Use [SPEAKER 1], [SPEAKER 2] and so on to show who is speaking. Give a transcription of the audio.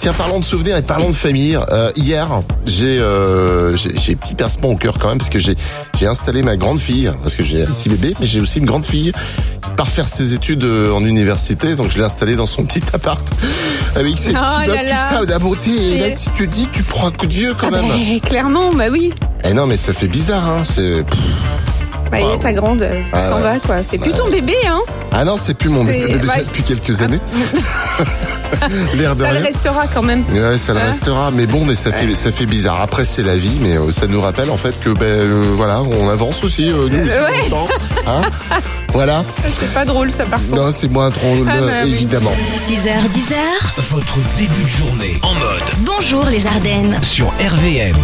[SPEAKER 1] Tiens, parlons de souvenirs et parlons de famille. Euh, hier, j'ai euh, j'ai j'ai petit pincement au cœur quand même parce que j'ai j'ai installé ma grande fille parce que j'ai un petit bébé, mais j'ai aussi une grande fille qui part faire ses études euh, en université, donc je l'ai installée dans son petit appart avec ses petits
[SPEAKER 2] Oh là
[SPEAKER 1] meubles,
[SPEAKER 2] là.
[SPEAKER 1] tout ça, la beauté. Et là,
[SPEAKER 2] C'est-
[SPEAKER 1] tu te dis, tu prends un coup de vieux quand même.
[SPEAKER 2] Eh, clairement, bah oui.
[SPEAKER 1] Eh non, mais ça fait bizarre, hein. C'est pff.
[SPEAKER 2] Bah, il
[SPEAKER 1] Waouh.
[SPEAKER 2] est ta grande, elle
[SPEAKER 1] Ah
[SPEAKER 2] s'en
[SPEAKER 1] ouais.
[SPEAKER 2] va, quoi. C'est plus ton bébé, hein.
[SPEAKER 1] ah non, c'est plus mon
[SPEAKER 2] C'est-
[SPEAKER 1] bébé déjà
[SPEAKER 2] ouais,
[SPEAKER 1] depuis quelques années. L'air de
[SPEAKER 2] Ça le
[SPEAKER 1] rien.
[SPEAKER 2] restera quand même.
[SPEAKER 1] Ouais, ça le
[SPEAKER 2] Hein
[SPEAKER 1] restera, mais bon, mais ça fait ça fait bizarre. Après, c'est la vie, mais euh, ça nous rappelle en fait que ben euh, voilà, on avance aussi. euh, nous, aussi,
[SPEAKER 2] ouais.
[SPEAKER 1] dans le temps, hein. voilà.
[SPEAKER 2] C'est pas drôle, ça, par contre.
[SPEAKER 1] Non, c'est moins drôle,
[SPEAKER 2] Ah, bah oui.
[SPEAKER 1] évidemment.
[SPEAKER 3] 6h, 10h,
[SPEAKER 4] Votre début de journée en mode
[SPEAKER 3] bonjour les Ardennes.
[SPEAKER 4] sur RVM.